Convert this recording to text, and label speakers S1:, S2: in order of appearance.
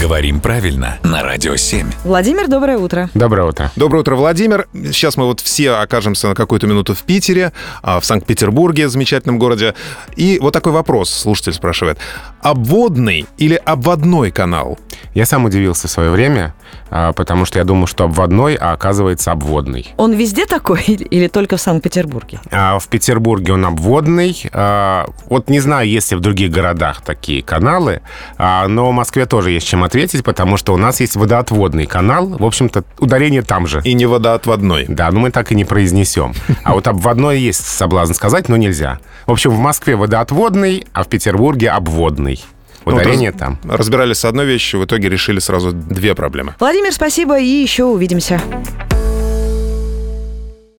S1: Говорим правильно на Радио 7.
S2: Владимир, доброе утро.
S3: Доброе утро.
S4: Доброе утро, Владимир. Сейчас мы вот все окажемся на какую-то минуту в Питере, а, в Санкт-Петербурге, замечательном городе. И вот такой вопрос слушатель спрашивает. Обводный или обводной канал?
S3: Я сам удивился в свое время, а, потому что я думал, что обводной, а оказывается обводный.
S2: Он везде такой или только в Санкт-Петербурге?
S3: А в Петербурге он обводный. А, вот не знаю, есть ли в других городах такие каналы, а, но в Москве тоже есть чем ответить, потому что у нас есть водоотводный канал. В общем-то, ударение там же.
S4: И не водоотводной.
S3: Да, но мы так и не произнесем. А вот обводной есть соблазн сказать, но нельзя. В общем, в Москве водоотводный, а в Петербурге обводный.
S4: Ну, вот раз-
S3: Ударение там.
S4: Разбирались с одной вещью, в итоге решили сразу две проблемы.
S2: Владимир, спасибо и еще увидимся.